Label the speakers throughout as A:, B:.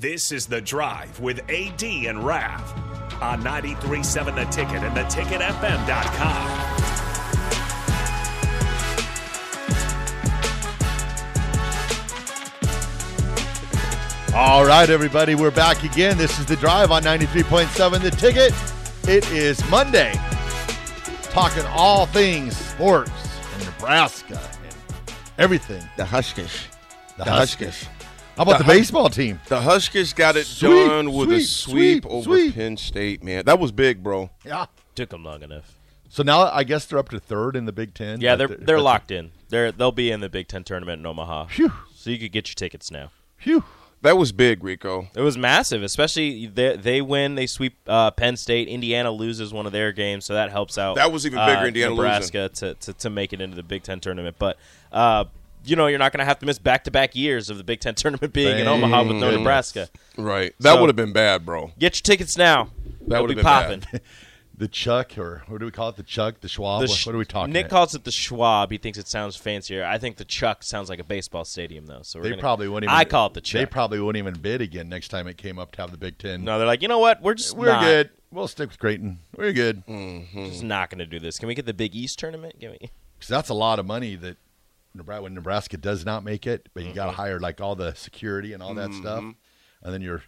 A: This is The Drive with AD and Rav on 93.7 The Ticket and theticketfm.com.
B: All right, everybody, we're back again. This is the drive on 93.7 The Ticket. It is Monday. Talking all things sports and Nebraska and everything.
C: The Huskies.
B: The
C: Huskies.
B: How about the,
C: The Hus-
B: baseball team?
C: The Huskies got it
B: Sweep,
C: done with a
B: sweep,
C: sweep,
B: sweep,
C: over
B: sweep.
C: Penn State, man. That was big, bro.
B: Yeah.
D: Took them long enough.
B: So now I guess they're up to third in the Big Ten.
D: Yeah,
B: but
D: they're they're locked in. They're they'll be in the Big Ten tournament in Omaha.
B: Phew.
D: So you could get your tickets now.
B: Phew.
C: That was big, Rico.
D: It was massive, especially they they win, they sweep uh, Penn State. Indiana loses one of their games, so that helps out.
C: That was even bigger,
D: uh,
C: Indiana
D: Nebraska to, to to make it into the Big Ten tournament, but. Uh, you know, you're not going to have to miss back-to-back years of the Big Ten tournament being in Omaha with no
C: Thank
D: Nebraska.
C: Right. That
D: So-
C: would have been bad, bro.
D: Get your tickets now.
C: That
D: They'll
C: would
D: be
C: have been
D: popping.
C: bad.
B: The Chuck, or what do we call it? The Chuck, the Schwab?
D: The
B: what,
D: sh-
B: what are we talking
D: Nick
B: about?
D: calls it the Schwab. He thinks it sounds fancier. I think the Chuck sounds like a baseball stadium, though. So we're
B: They
D: gonna-
B: probably wouldn't even,
D: I call it the Chuck.
B: They probably wouldn't even bid again next time it came up to have the Big Ten.
D: No, they're like, you know what? We're just
B: We're
D: not,
B: good. We'll stick with Creighton. We're good.
D: Just not going to do this. Can we get the Big East tournament? Give me.
B: because that's a lot of money that Nebraska, when Nebraska does not make it, but you got to
D: Mm-hmm.
B: hire like all the security and all that stuff, and then you're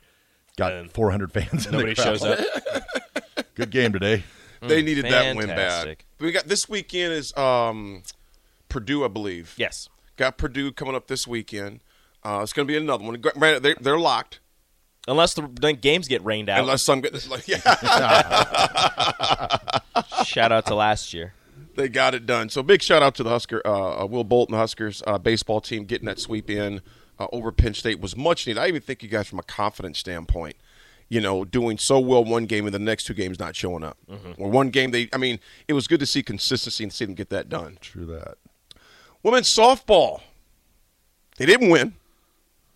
B: got
D: And
B: 400 fans. in
D: Nobody
B: the crowd.
D: shows up.
B: Good game today.
C: They needed that win bad.
D: fantastic.
C: We got this weekend is um, Purdue, I believe.
D: yes.
C: Got Purdue coming up this weekend. Uh, it's going to be another one. Gra- Granted, they, they're locked.
D: Unless the the games get rained out.
C: Unless some get like, yeah,
D: Shout out to last year.
C: they got it done. So big shout out to the Husker, uh, Will Bolton Huskers uh, baseball team getting that sweep in uh, over Penn State was much needed. I even think you guys from a confidence standpoint, you know, doing so well one game and the next two games not showing up. Or one game they, I mean, it was good to see consistency and see them get that done.
B: True that.
C: Women's softball. They didn't win.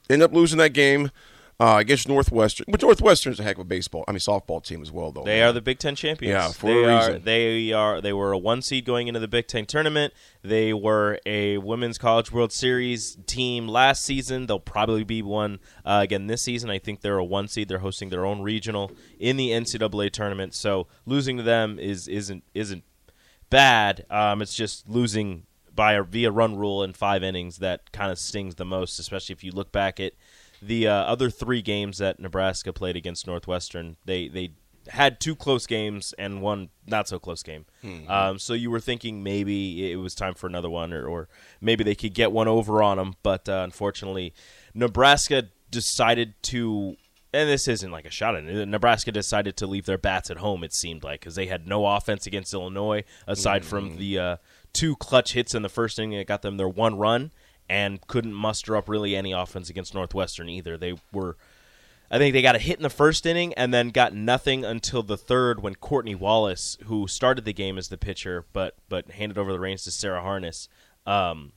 C: They ended up losing that game uh, against Northwestern. But Northwestern's a heck of a baseball, I mean, softball team as well, though.
D: They are the Big Ten champions.
C: Yeah, for
D: they
C: a
D: are,
C: reason.
D: They are. They were a one seed going into the Big Ten tournament. They were a women's college World Series team last season. They'll probably be one uh, again this season. I think they're a one seed. They're hosting their own regional in the NCAA tournament. So losing to them is isn't isn't bad. Um, it's just losing by a via run rule in five innings that kind of stings the most, especially if you look back at the uh, other three games that Nebraska played against Northwestern. They they had two close games and one not so close game. Um, so you were thinking maybe it was time for another one, or, or maybe they could get one over on them. But uh, unfortunately, Nebraska decided to and this isn't like a shot at it. Nebraska decided to leave their bats at home. It seemed like because they had no offense against Illinois aside from the uh, two clutch hits in the first inning that got them their one run, and couldn't muster up really any offense against Northwestern either. They were, I think, they got a hit in the first inning and then got nothing until the third when Courtney Wallace, who started the game as the pitcher, but but handed over the reins to Sarah Harness. Um,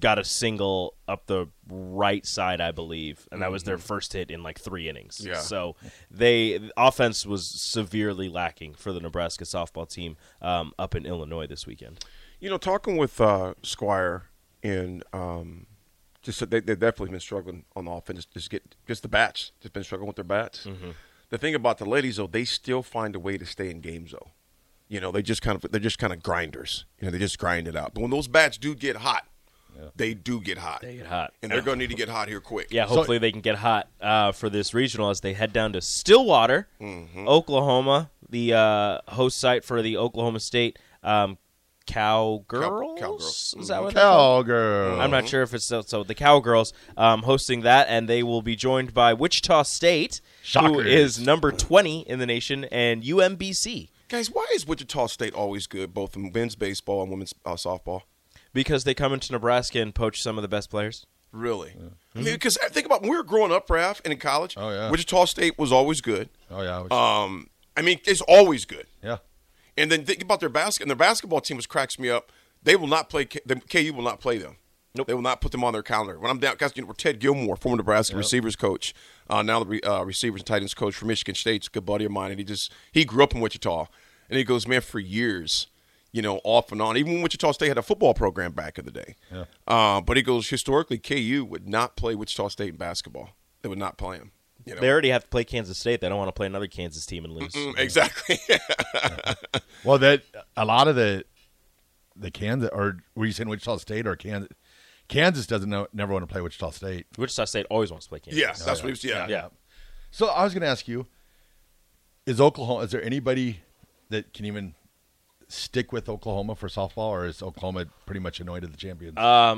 D: got a single up the right side, I believe, and that was their first hit in like three innings.
C: Mm-hmm. Yeah.
D: So they the offense was severely lacking for the Nebraska softball team um, up in Illinois this weekend.
C: You know, talking with uh, Squire and um, just that they, they've definitely been struggling on the offense. Just get just the bats. Just been struggling with their bats.
D: Mm-hmm.
C: The thing about the ladies though, they still find a way to stay in games though. You know, they just kind of they're just kind of grinders. You know, they just grind it out. But when those bats do get hot, they do get hot. They
D: get hot.
C: and they're going to need to get hot here quick.
D: Yeah, hopefully they can get hot uh, for this regional as they head down to Stillwater,
C: Mm-hmm.
D: Oklahoma, the uh, host site for the Oklahoma State um, Cowgirls.
C: Cowgirls. Mm-hmm.
D: Is that what they're called?
B: Cowgirl.
D: I'm not sure if it's so. so the Cowgirls um, hosting that, and they will be joined by Wichita State, who
B: Shockers.
D: is number 20 in the nation, and UMBC
C: guys, why is Wichita State always good both in men's baseball and women's uh, softball?
D: because they come into Nebraska and poach some of the best players.
C: Really? I mean, because uh, think about when we were growing up, Raf, and in college.
B: Mm-hmm. Oh, yeah.
C: Wichita State was always good.
B: Oh yeah.
D: Uh,
B: which-
C: Um, I mean, it's always good.
B: yeah.
C: And then think about their basket. And their basketball team, which cracks me up. They will not play. K- the- KU will not play them.
D: Nope.
C: They will not put them on their calendar. When I'm down, guys, you know, Ted Gilmore, former Nebraska receivers coach, uh, now the re, uh, receivers and tight ends coach for Michigan State's a good buddy of mine, and he just he grew up in Wichita, and he goes, man, for years, you know, off and on. Even when Wichita State had a football program back in the day,
B: Yeah.
C: uh, but he goes historically, KU would not play Wichita State in basketball. They would not play them. You know?
D: They already have to play Kansas State. They don't want to play another Kansas team and lose.
C: Mm, exactly.
B: Well, that a lot of the the Kansas or were you saying Wichita State or Kansas? Kansas doesn't know, never want to play Wichita State.
D: Wichita State always wants to play Kansas.
C: yeah, that's what he was. Yeah,
D: yeah.
B: So I was going to ask you: Is Oklahoma? Is there anybody that can even stick with Oklahoma for softball, or is Oklahoma pretty much anointed the champions?
D: Uh,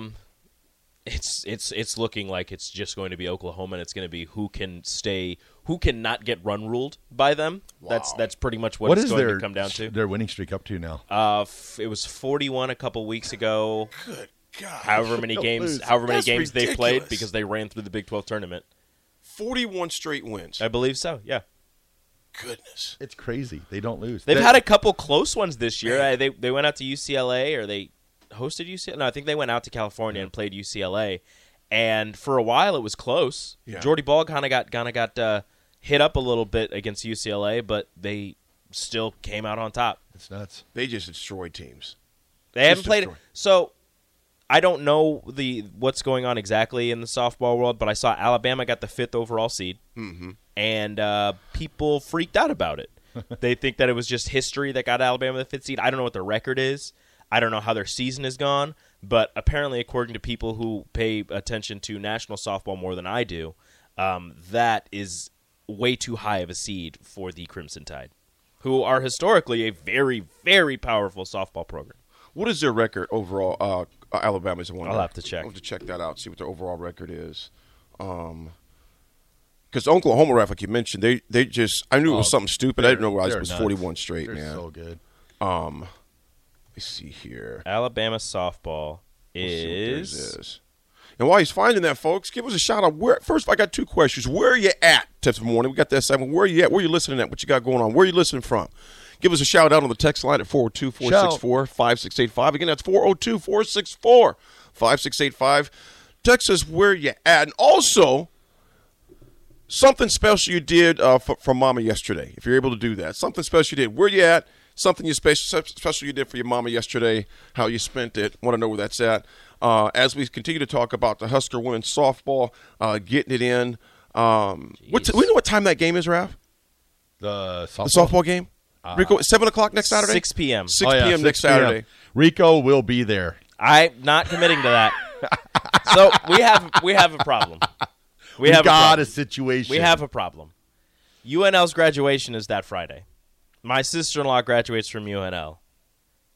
D: it's it's it's looking like it's just going to be Oklahoma, and it's going to be who can stay, who can not get run ruled by them. That's
C: Wow.
D: that's pretty much what,
B: what
D: it's
B: is
D: going
B: their
D: to come down to.
B: their winning streak up to now?
D: Uh, f- it was 41 a couple weeks ago.
C: Good God.
D: However many games, however many
C: That's
D: games they played
C: ridiculous.
D: because they ran through the Big 12 tournament.
C: Forty-one straight wins.
D: I believe so. Yeah,
C: Goodness.
B: It's crazy. They don't lose.
D: they've
B: They-
D: had a couple close ones this year. Uh, They they went out to UCLA or they hosted UCLA. No, I think they went out to California and played UCLA. And for a while, it was close.
C: Yeah.
D: Jordy Ball kind of got kind of got uh, hit up a little bit against UCLA, but they still came out on top.
B: it's nuts.
C: They just destroyed teams.
D: They haven't
C: Just
D: played.
C: destroy.
D: So I don't know the what's going on exactly in the softball world, but I saw Alabama got the fifth overall seed,
C: Mm-hmm.
D: and uh, people freaked out about it. they think that it was just history that got Alabama the fifth seed. I don't know what their record is. I don't know how their season has gone, but apparently, according to people who pay attention to national softball more than I do, um, that is way too high of a seed for the Crimson Tide, who are historically a very, very powerful softball program.
C: What is their record overall? Uh, Alabama's the one.
D: I'll have to check.
C: I'll have to check that out. See what their overall record is. Um, because Oklahoma, Raf, like you mentioned, they they just I knew it was
B: Oh,
C: something stupid. I didn't
B: they're-
C: realize
B: they're
C: it was
B: nuts.
C: forty-one straight,
B: They're
C: man.
B: so good.
C: Um, let me see here.
D: Alabama softball
C: Let's see what theirs
D: is.
C: is. And while he's finding that, folks, give us a shout out. Where first, I got two questions. Where are you at? Tips of the morning. We got that segment. Where are you at? Where are you listening at? What you got going on? Where are you listening from? Give us a shout out on the text line at 402 464 5685. Again, that's 402 464 5685. Text us where you at. And also, something special you did uh, for, for mama yesterday if you're able to do that something special you did where you at something you special, special you did for your mama yesterday how you spent it want to know where that's at uh, as we continue to talk about the husker women's softball uh, getting it in um, what t- we know what time that game is Ralph?
B: The softball.
C: the softball game rico 7 o'clock next saturday
D: 6 p.m.
C: 6
B: Uh, Oh, yeah,
C: p.m next
B: 6 p.m.
C: saturday
B: Rico will be there.
D: I'm not committing to that. so we have we have a problem. We have
B: got a
D: a problem.
B: situation.
D: we have a problem. UNL's graduation is that Friday. My sister-in-law graduates from UNL.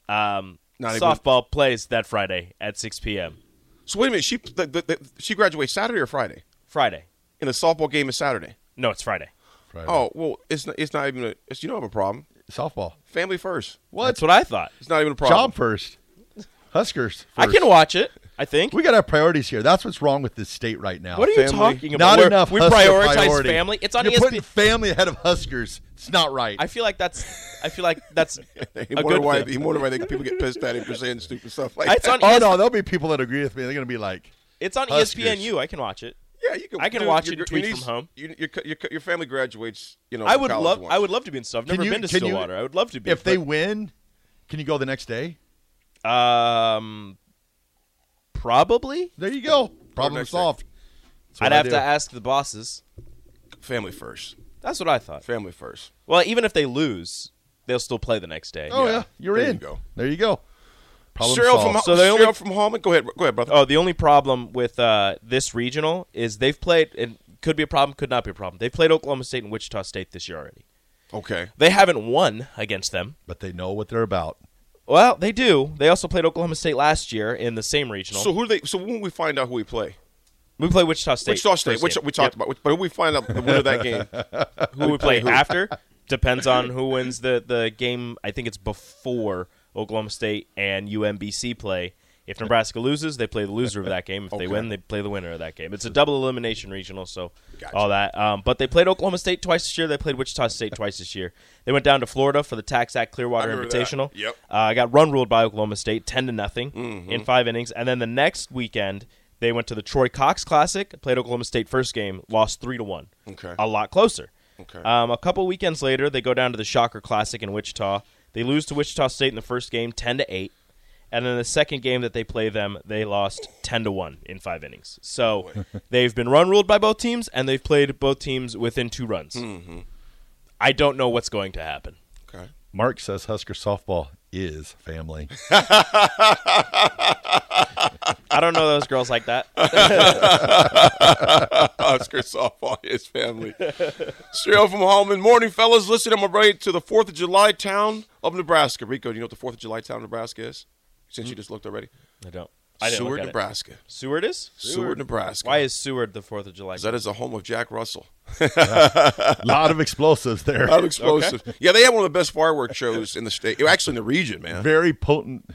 D: Um,
C: Not even-
D: softball plays that Friday at 6 p.m.
C: so wait a minute she, the, the, the, she graduates saturday or friday
D: Friday.
C: and the softball game is saturday
D: No, it's Friday.
B: Friday.
C: oh well it's not, it's not even a, it's, you don't have a problem
B: softball.
C: family first
D: What? That's what I thought.
C: it's not even a problem
B: Job first. Huskers. First.
D: I can watch it. I think.
B: We got our priorities here. That's what's wrong with this state right now.
D: what are you
C: Family.
D: talking about?
B: Not
D: We're-
B: enough.
D: We
B: Husker
D: prioritize
B: priority.
D: family. It's on E
B: You're
D: ESPN.
B: putting family ahead of Huskers. It's not right.
D: I feel like that's. I feel like that's a
C: He
D: good
C: wondered why
D: thing.
C: he wondered why they, people get pissed at him for saying stupid stuff like
D: It's
C: that.
D: on.
B: oh
D: ES-
B: no, there'll be people that agree with me. They're gonna be like,
D: It's on E
B: Huskers.
D: ESPNU. I can watch it.
C: yeah, you can.
D: I can
C: dude,
D: watch
C: your-
D: it and
C: your
D: tweet
C: niece-
D: from home.
C: You, your, co- your, co- your family graduates. You know,
D: I
C: from
D: would
C: college
D: love.
C: once.
D: I would love to be in stuff. I've
B: Can
D: never
B: you-
D: been to
B: can you-
D: Stillwater. I would love to be.
B: if they win, can you go the next day?
D: they, um, probably.
B: There you go. Problem
C: next day.
B: solved. That's what
D: I'd
B: I
D: have
B: do.
D: to ask the bosses.
C: Family first.
D: That's what I thought.
C: Family first.
D: Well, even if they lose, they'll still play the next day.
B: Oh yeah, you're
C: There you
B: in.
C: go.
B: There you go. Problem
C: Cheryl
B: solved.
C: from
D: So
C: so
D: they
C: Cheryl
D: only-
C: from home. Go ahead. Go ahead, brother.
D: Oh, the only problem with uh, this regional is they've played, and could be a problem, could not be a problem. They've played Oklahoma State and Wichita State this year already.
C: okay.
D: They haven't won against them.
B: but they know what they're about.
D: Well, they do. They also played Oklahoma State last year in the same regional.
C: So who do they? So when we find out who we play,
D: we play Wichita State.
C: which Star State,
D: first
C: which
D: game.
C: we talked about, which, but when we find out the winner of that game,
D: who we play after depends on who wins the, the game. I think it's before Oklahoma State and UMBC play. If Nebraska loses, they play the loser of that game. If they win, they play the winner of that game. It's a double elimination regional, so all that. Um, but they played Oklahoma State twice this year. They played Wichita State twice this year. They went down to Florida for the Tax Act Clearwater
C: I remember that.
D: Invitational.
C: Yep. Mm-hmm.
D: Uh, got run ruled by Oklahoma State, ten to nothing in five innings, and then the next weekend they went to the Troy Cox Classic, played Oklahoma State first game, lost three to one.
C: Okay.
D: a lot closer.
C: Okay.
D: Um, a couple weekends later, they go down to the Shocker Classic in Wichita. They lose to Wichita State in the first game, ten to eight, And then the second game that they play them, they lost ten to one in five innings. So they've been run ruled by both teams, and they've played both teams within two runs.
C: Mm-hmm.
D: I don't know what's going to happen.
C: Okay.
B: Mark says Husker softball is family.
D: I don't know those girls like that.
C: Oscar softball, his family. Straight from Holman. Morning, fellas. Listen, I'm right to the 4th of July town of Nebraska. Rico, do you know what the 4th of July town of Nebraska is? Since you just looked already.
D: I don't. I didn't
C: Seward,
D: look at it.
C: Nebraska.
D: Seward is
C: Seward, Nebraska.
D: Why is Seward the Fourth of July?
C: That is the home of Jack Russell.
B: A lot of explosives there.
C: Out of explosives. Yeah, they had one of the best fireworks shows in the state. Actually, in the region, man.
B: Very potent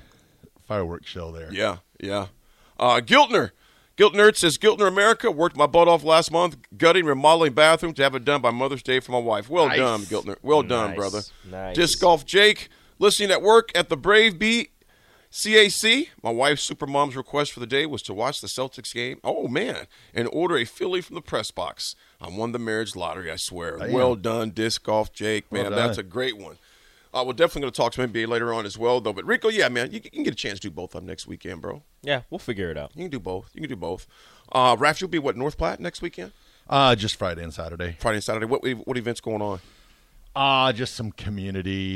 B: fireworks show there.
C: Yeah, yeah. Uh, Giltner. Giltner it says Giltner America worked my butt off last month gutting remodeling bathroom to have it done by Mother's Day for my wife. Well
D: Nice.
C: done, Giltner. Well done,
D: Nice.
C: brother.
D: Nice.
C: Disc golf Jake listening at work at the Brave Beat CAC. My wife's supermom's request for the day was to watch the Celtics game. Oh man, and order a Philly from the press box. I won the marriage lottery. I swear. Well done, disc golf Jake. Man,
B: Well done.
C: that's a great one. Uh, we're definitely going to talk to NBA later on as well, though. But Rico, yeah, man, you, you can get a chance to do both of them next weekend, bro.
D: Yeah, we'll figure it out.
C: You can do both. You can do both. Uh, Raph, you'll be what North Platte next weekend,
B: Uh, just Friday and Saturday.
C: Friday and Saturday. What what events going on?
B: Uh, just some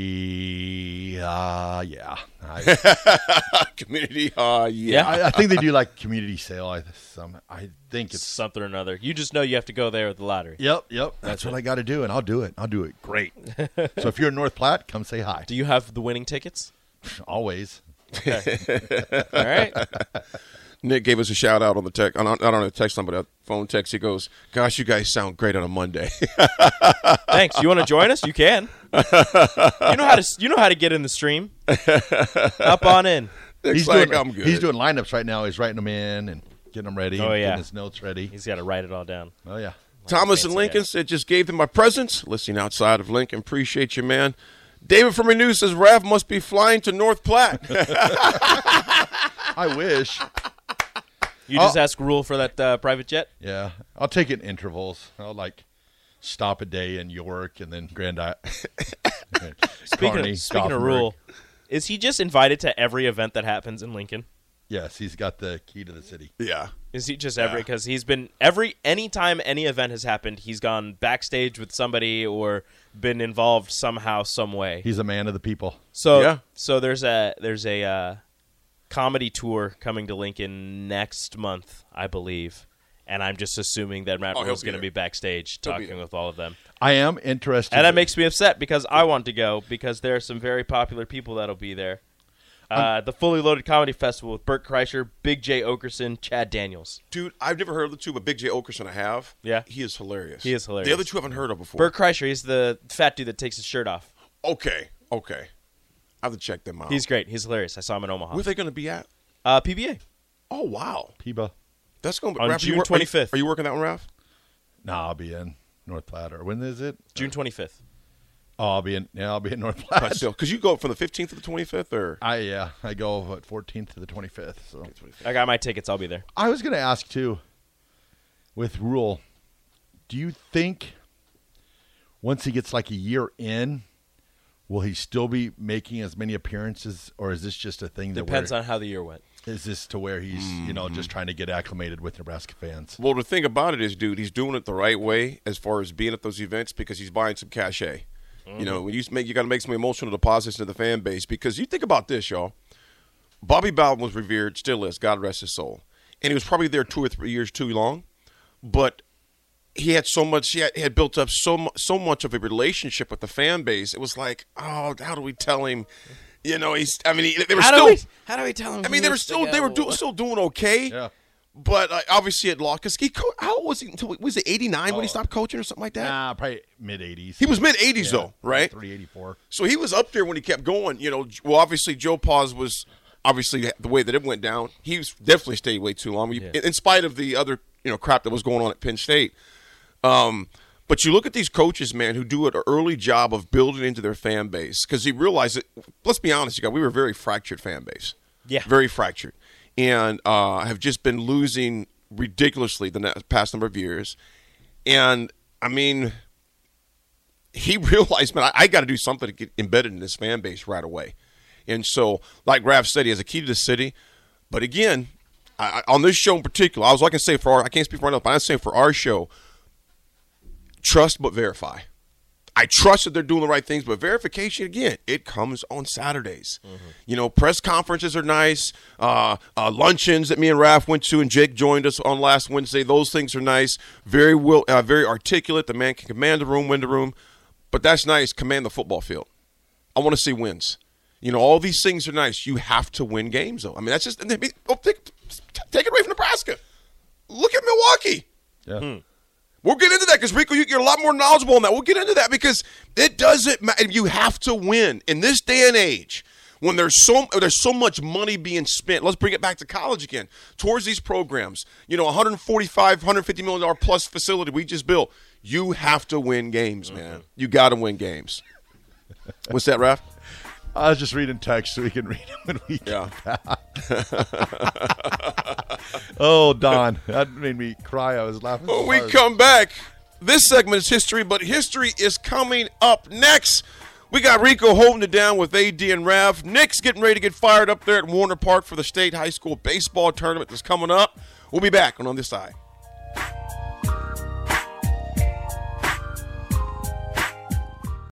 B: community. Uh, yeah. I,
C: Community. Uh, yeah.
B: I, I think they do like community sale. I, some, I think
D: It's
B: it's.
D: something or another. You just know you have to go there with the lottery.
B: Yep, yep. That's what I got to do, and I'll do it. I'll do it great. so if you're in North Platte, come say hi.
D: Do you have the winning tickets?
B: Always.
D: All right.
C: Nick gave us a shout out on the text. Not on the text line, but a phone text. He goes, "Gosh, you guys sound great on a Monday."
D: Thanks. You want to join us? You can. You know how to. You know how to get in the stream. Up on in.
C: Nick's
B: he's
C: like,
B: doing.
C: "I'm good."
B: He's doing lineups right now. He's writing them in and getting them ready.
D: Oh,
B: and
D: yeah.
B: Getting his notes ready.
D: He's got to write it all down.
B: oh yeah.
C: Thomas and
D: Fancy
C: Lincoln
D: that.
C: said, "Just gave them my presents." Listening outside of Lincoln, appreciate you, man. David from Renew says, "Raph must be flying to North Platte."
B: I wish.
D: You just ask Rule for that uh, private jet.
B: Yeah, I'll take it in intervals. I'll like stop a day in York and then Grand Island.
D: Speaking of, speaking of Rule, is he just invited to every event that happens in Lincoln?
B: Yes, he's got the key to the city.
C: yeah.
D: Is he just every because he's been every anytime any event has happened, he's gone backstage with somebody or been involved somehow, some way.
B: He's a man of the people.
D: So
C: Yeah.
D: so there's a there's a uh, comedy tour coming to Lincoln next month, I believe. And I'm just assuming that Matt
C: Oh, he'll
D: Rule's
C: be
D: going to
C: there.
D: be backstage
C: He'll be
D: talking
C: there.
D: with all of them.
B: I am interested.
D: And that makes me upset because I want to go because there are some very popular people that'll be there. Uh, the Fully Loaded Comedy Festival with Burt Kreischer, Big J. Okerson, Chad Daniels.
C: Dude, I've never heard of the two, but Big J. Okerson I have.
D: Yeah.
C: He is hilarious.
D: He is hilarious.
C: The other two I haven't heard of before.
D: Burt Kreischer, he's the fat dude that takes his shirt off.
C: Okay, okay. I have to check them out.
D: He's great. He's hilarious. I saw him in Omaha.
C: Where they going to be at?
D: Uh, PBA.
C: Oh wow,
B: Piba.
C: that's going to be
D: On
C: Ralph, you
D: June
C: work- are you-
D: 25th.
C: Are you working that one, Ralph?
B: Nah, I'll be in North Platte. Or when is it?
D: June 25th.
B: Oh, I'll be in. Yeah, I'll be in North
C: But
B: Platte.
C: still, because you go from the 15th to the 25th, or
B: I yeah, I go what 14th to the 25th. So
D: I got my tickets. I'll be there.
B: I was gonna ask too. With Rule, do you think once he gets like a year in, will he still be making as many appearances, or is this just a thing that
D: Depends
B: where-
D: on Mm-hmm. how the year went.
B: Is this to where he's you know just trying to get acclimated with Nebraska fans?
C: well, the thing about it is, dude, he's doing it the right way as far as being at those events because he's buying some cachet.
D: Mm-hmm.
C: You know, when you s- make you got to make some emotional deposits to the fan base because you think about this, y'all. Bobby Bowden was revered, still is, God rest his soul, and he was probably there two or three years too long, but he had so much he had, he had built up so mu- so much of a relationship with the fan base. It was like, oh, how do we tell him? You know, he's. I mean, he, they were
D: How do
C: still.
D: we- how do we tell him
C: I
D: he
C: mean, they were
D: needs to
C: still they were do,
D: go?
C: still doing okay.
B: Yeah.
C: But uh, obviously, it lost because he. Co- how old was he? Until was it eighty nine when he stopped coaching or something like that?
B: Nah, probably mid 80s.
C: Eh. He was mid eighties though, right?
B: 384.
C: So he was up there when he kept going. You know, J- well, obviously Joe Paws was obviously the way that it went down. He was definitely stayed way too long, in- in spite of the other you know crap that was going on at Penn State. Um, but you look at these coaches, man, who do an early job of building into their fan base because he realized that. Let's be honest, you guys, we were a very fractured fan base.
D: Yeah.
C: very fractured, and uh, have just been losing ridiculously the na- past number of years. And I mean, he realized, man, I, I got to do something to get embedded in this fan base right away. And so, like Graff said, he has a key to the city. But again, I, I- on this show in particular, I was like I say for our, I can't speak for anyone else, but I'm saying for our show, trust but verify. I trust that they're doing the right things, but verification again, it comes on Saturdays. You know, press conferences are nice. Uh, uh, luncheons that me and Raph went to, and Jake joined us on last Wednesday. Those things are nice. Very will, uh, very articulate. The man can command the room, win the room, but that's nice. Command the football field. I want to see wins. You know, all these things are nice. You have to win games, though. I mean, that's just I mean, oh, take, take it away from Nebraska. Look at Milwaukee.
B: Yeah.
C: Hmm. We'll get into that because Rico, you- you're a lot more knowledgeable on that. We'll get into that because it doesn't matter. You have to win in this day and age when there's so there's so much money being spent. Let's bring it back to college again towards these programs. You know, 145, 150 million dollar plus facility we just built. You have to win games, man. You got to win games. What's that, Raph?
B: I was just reading text so we can read them when we.
C: Yeah.
B: Oh, Don, that made me cry. I was laughing. so
C: When we
B: hard.
C: come back, this segment is history, but history is coming up next. We got Rico holding it down with AD and Rav. Nick's getting ready to get fired up there at Warner Park for the state high school baseball tournament that's coming up. We'll be back on on this side.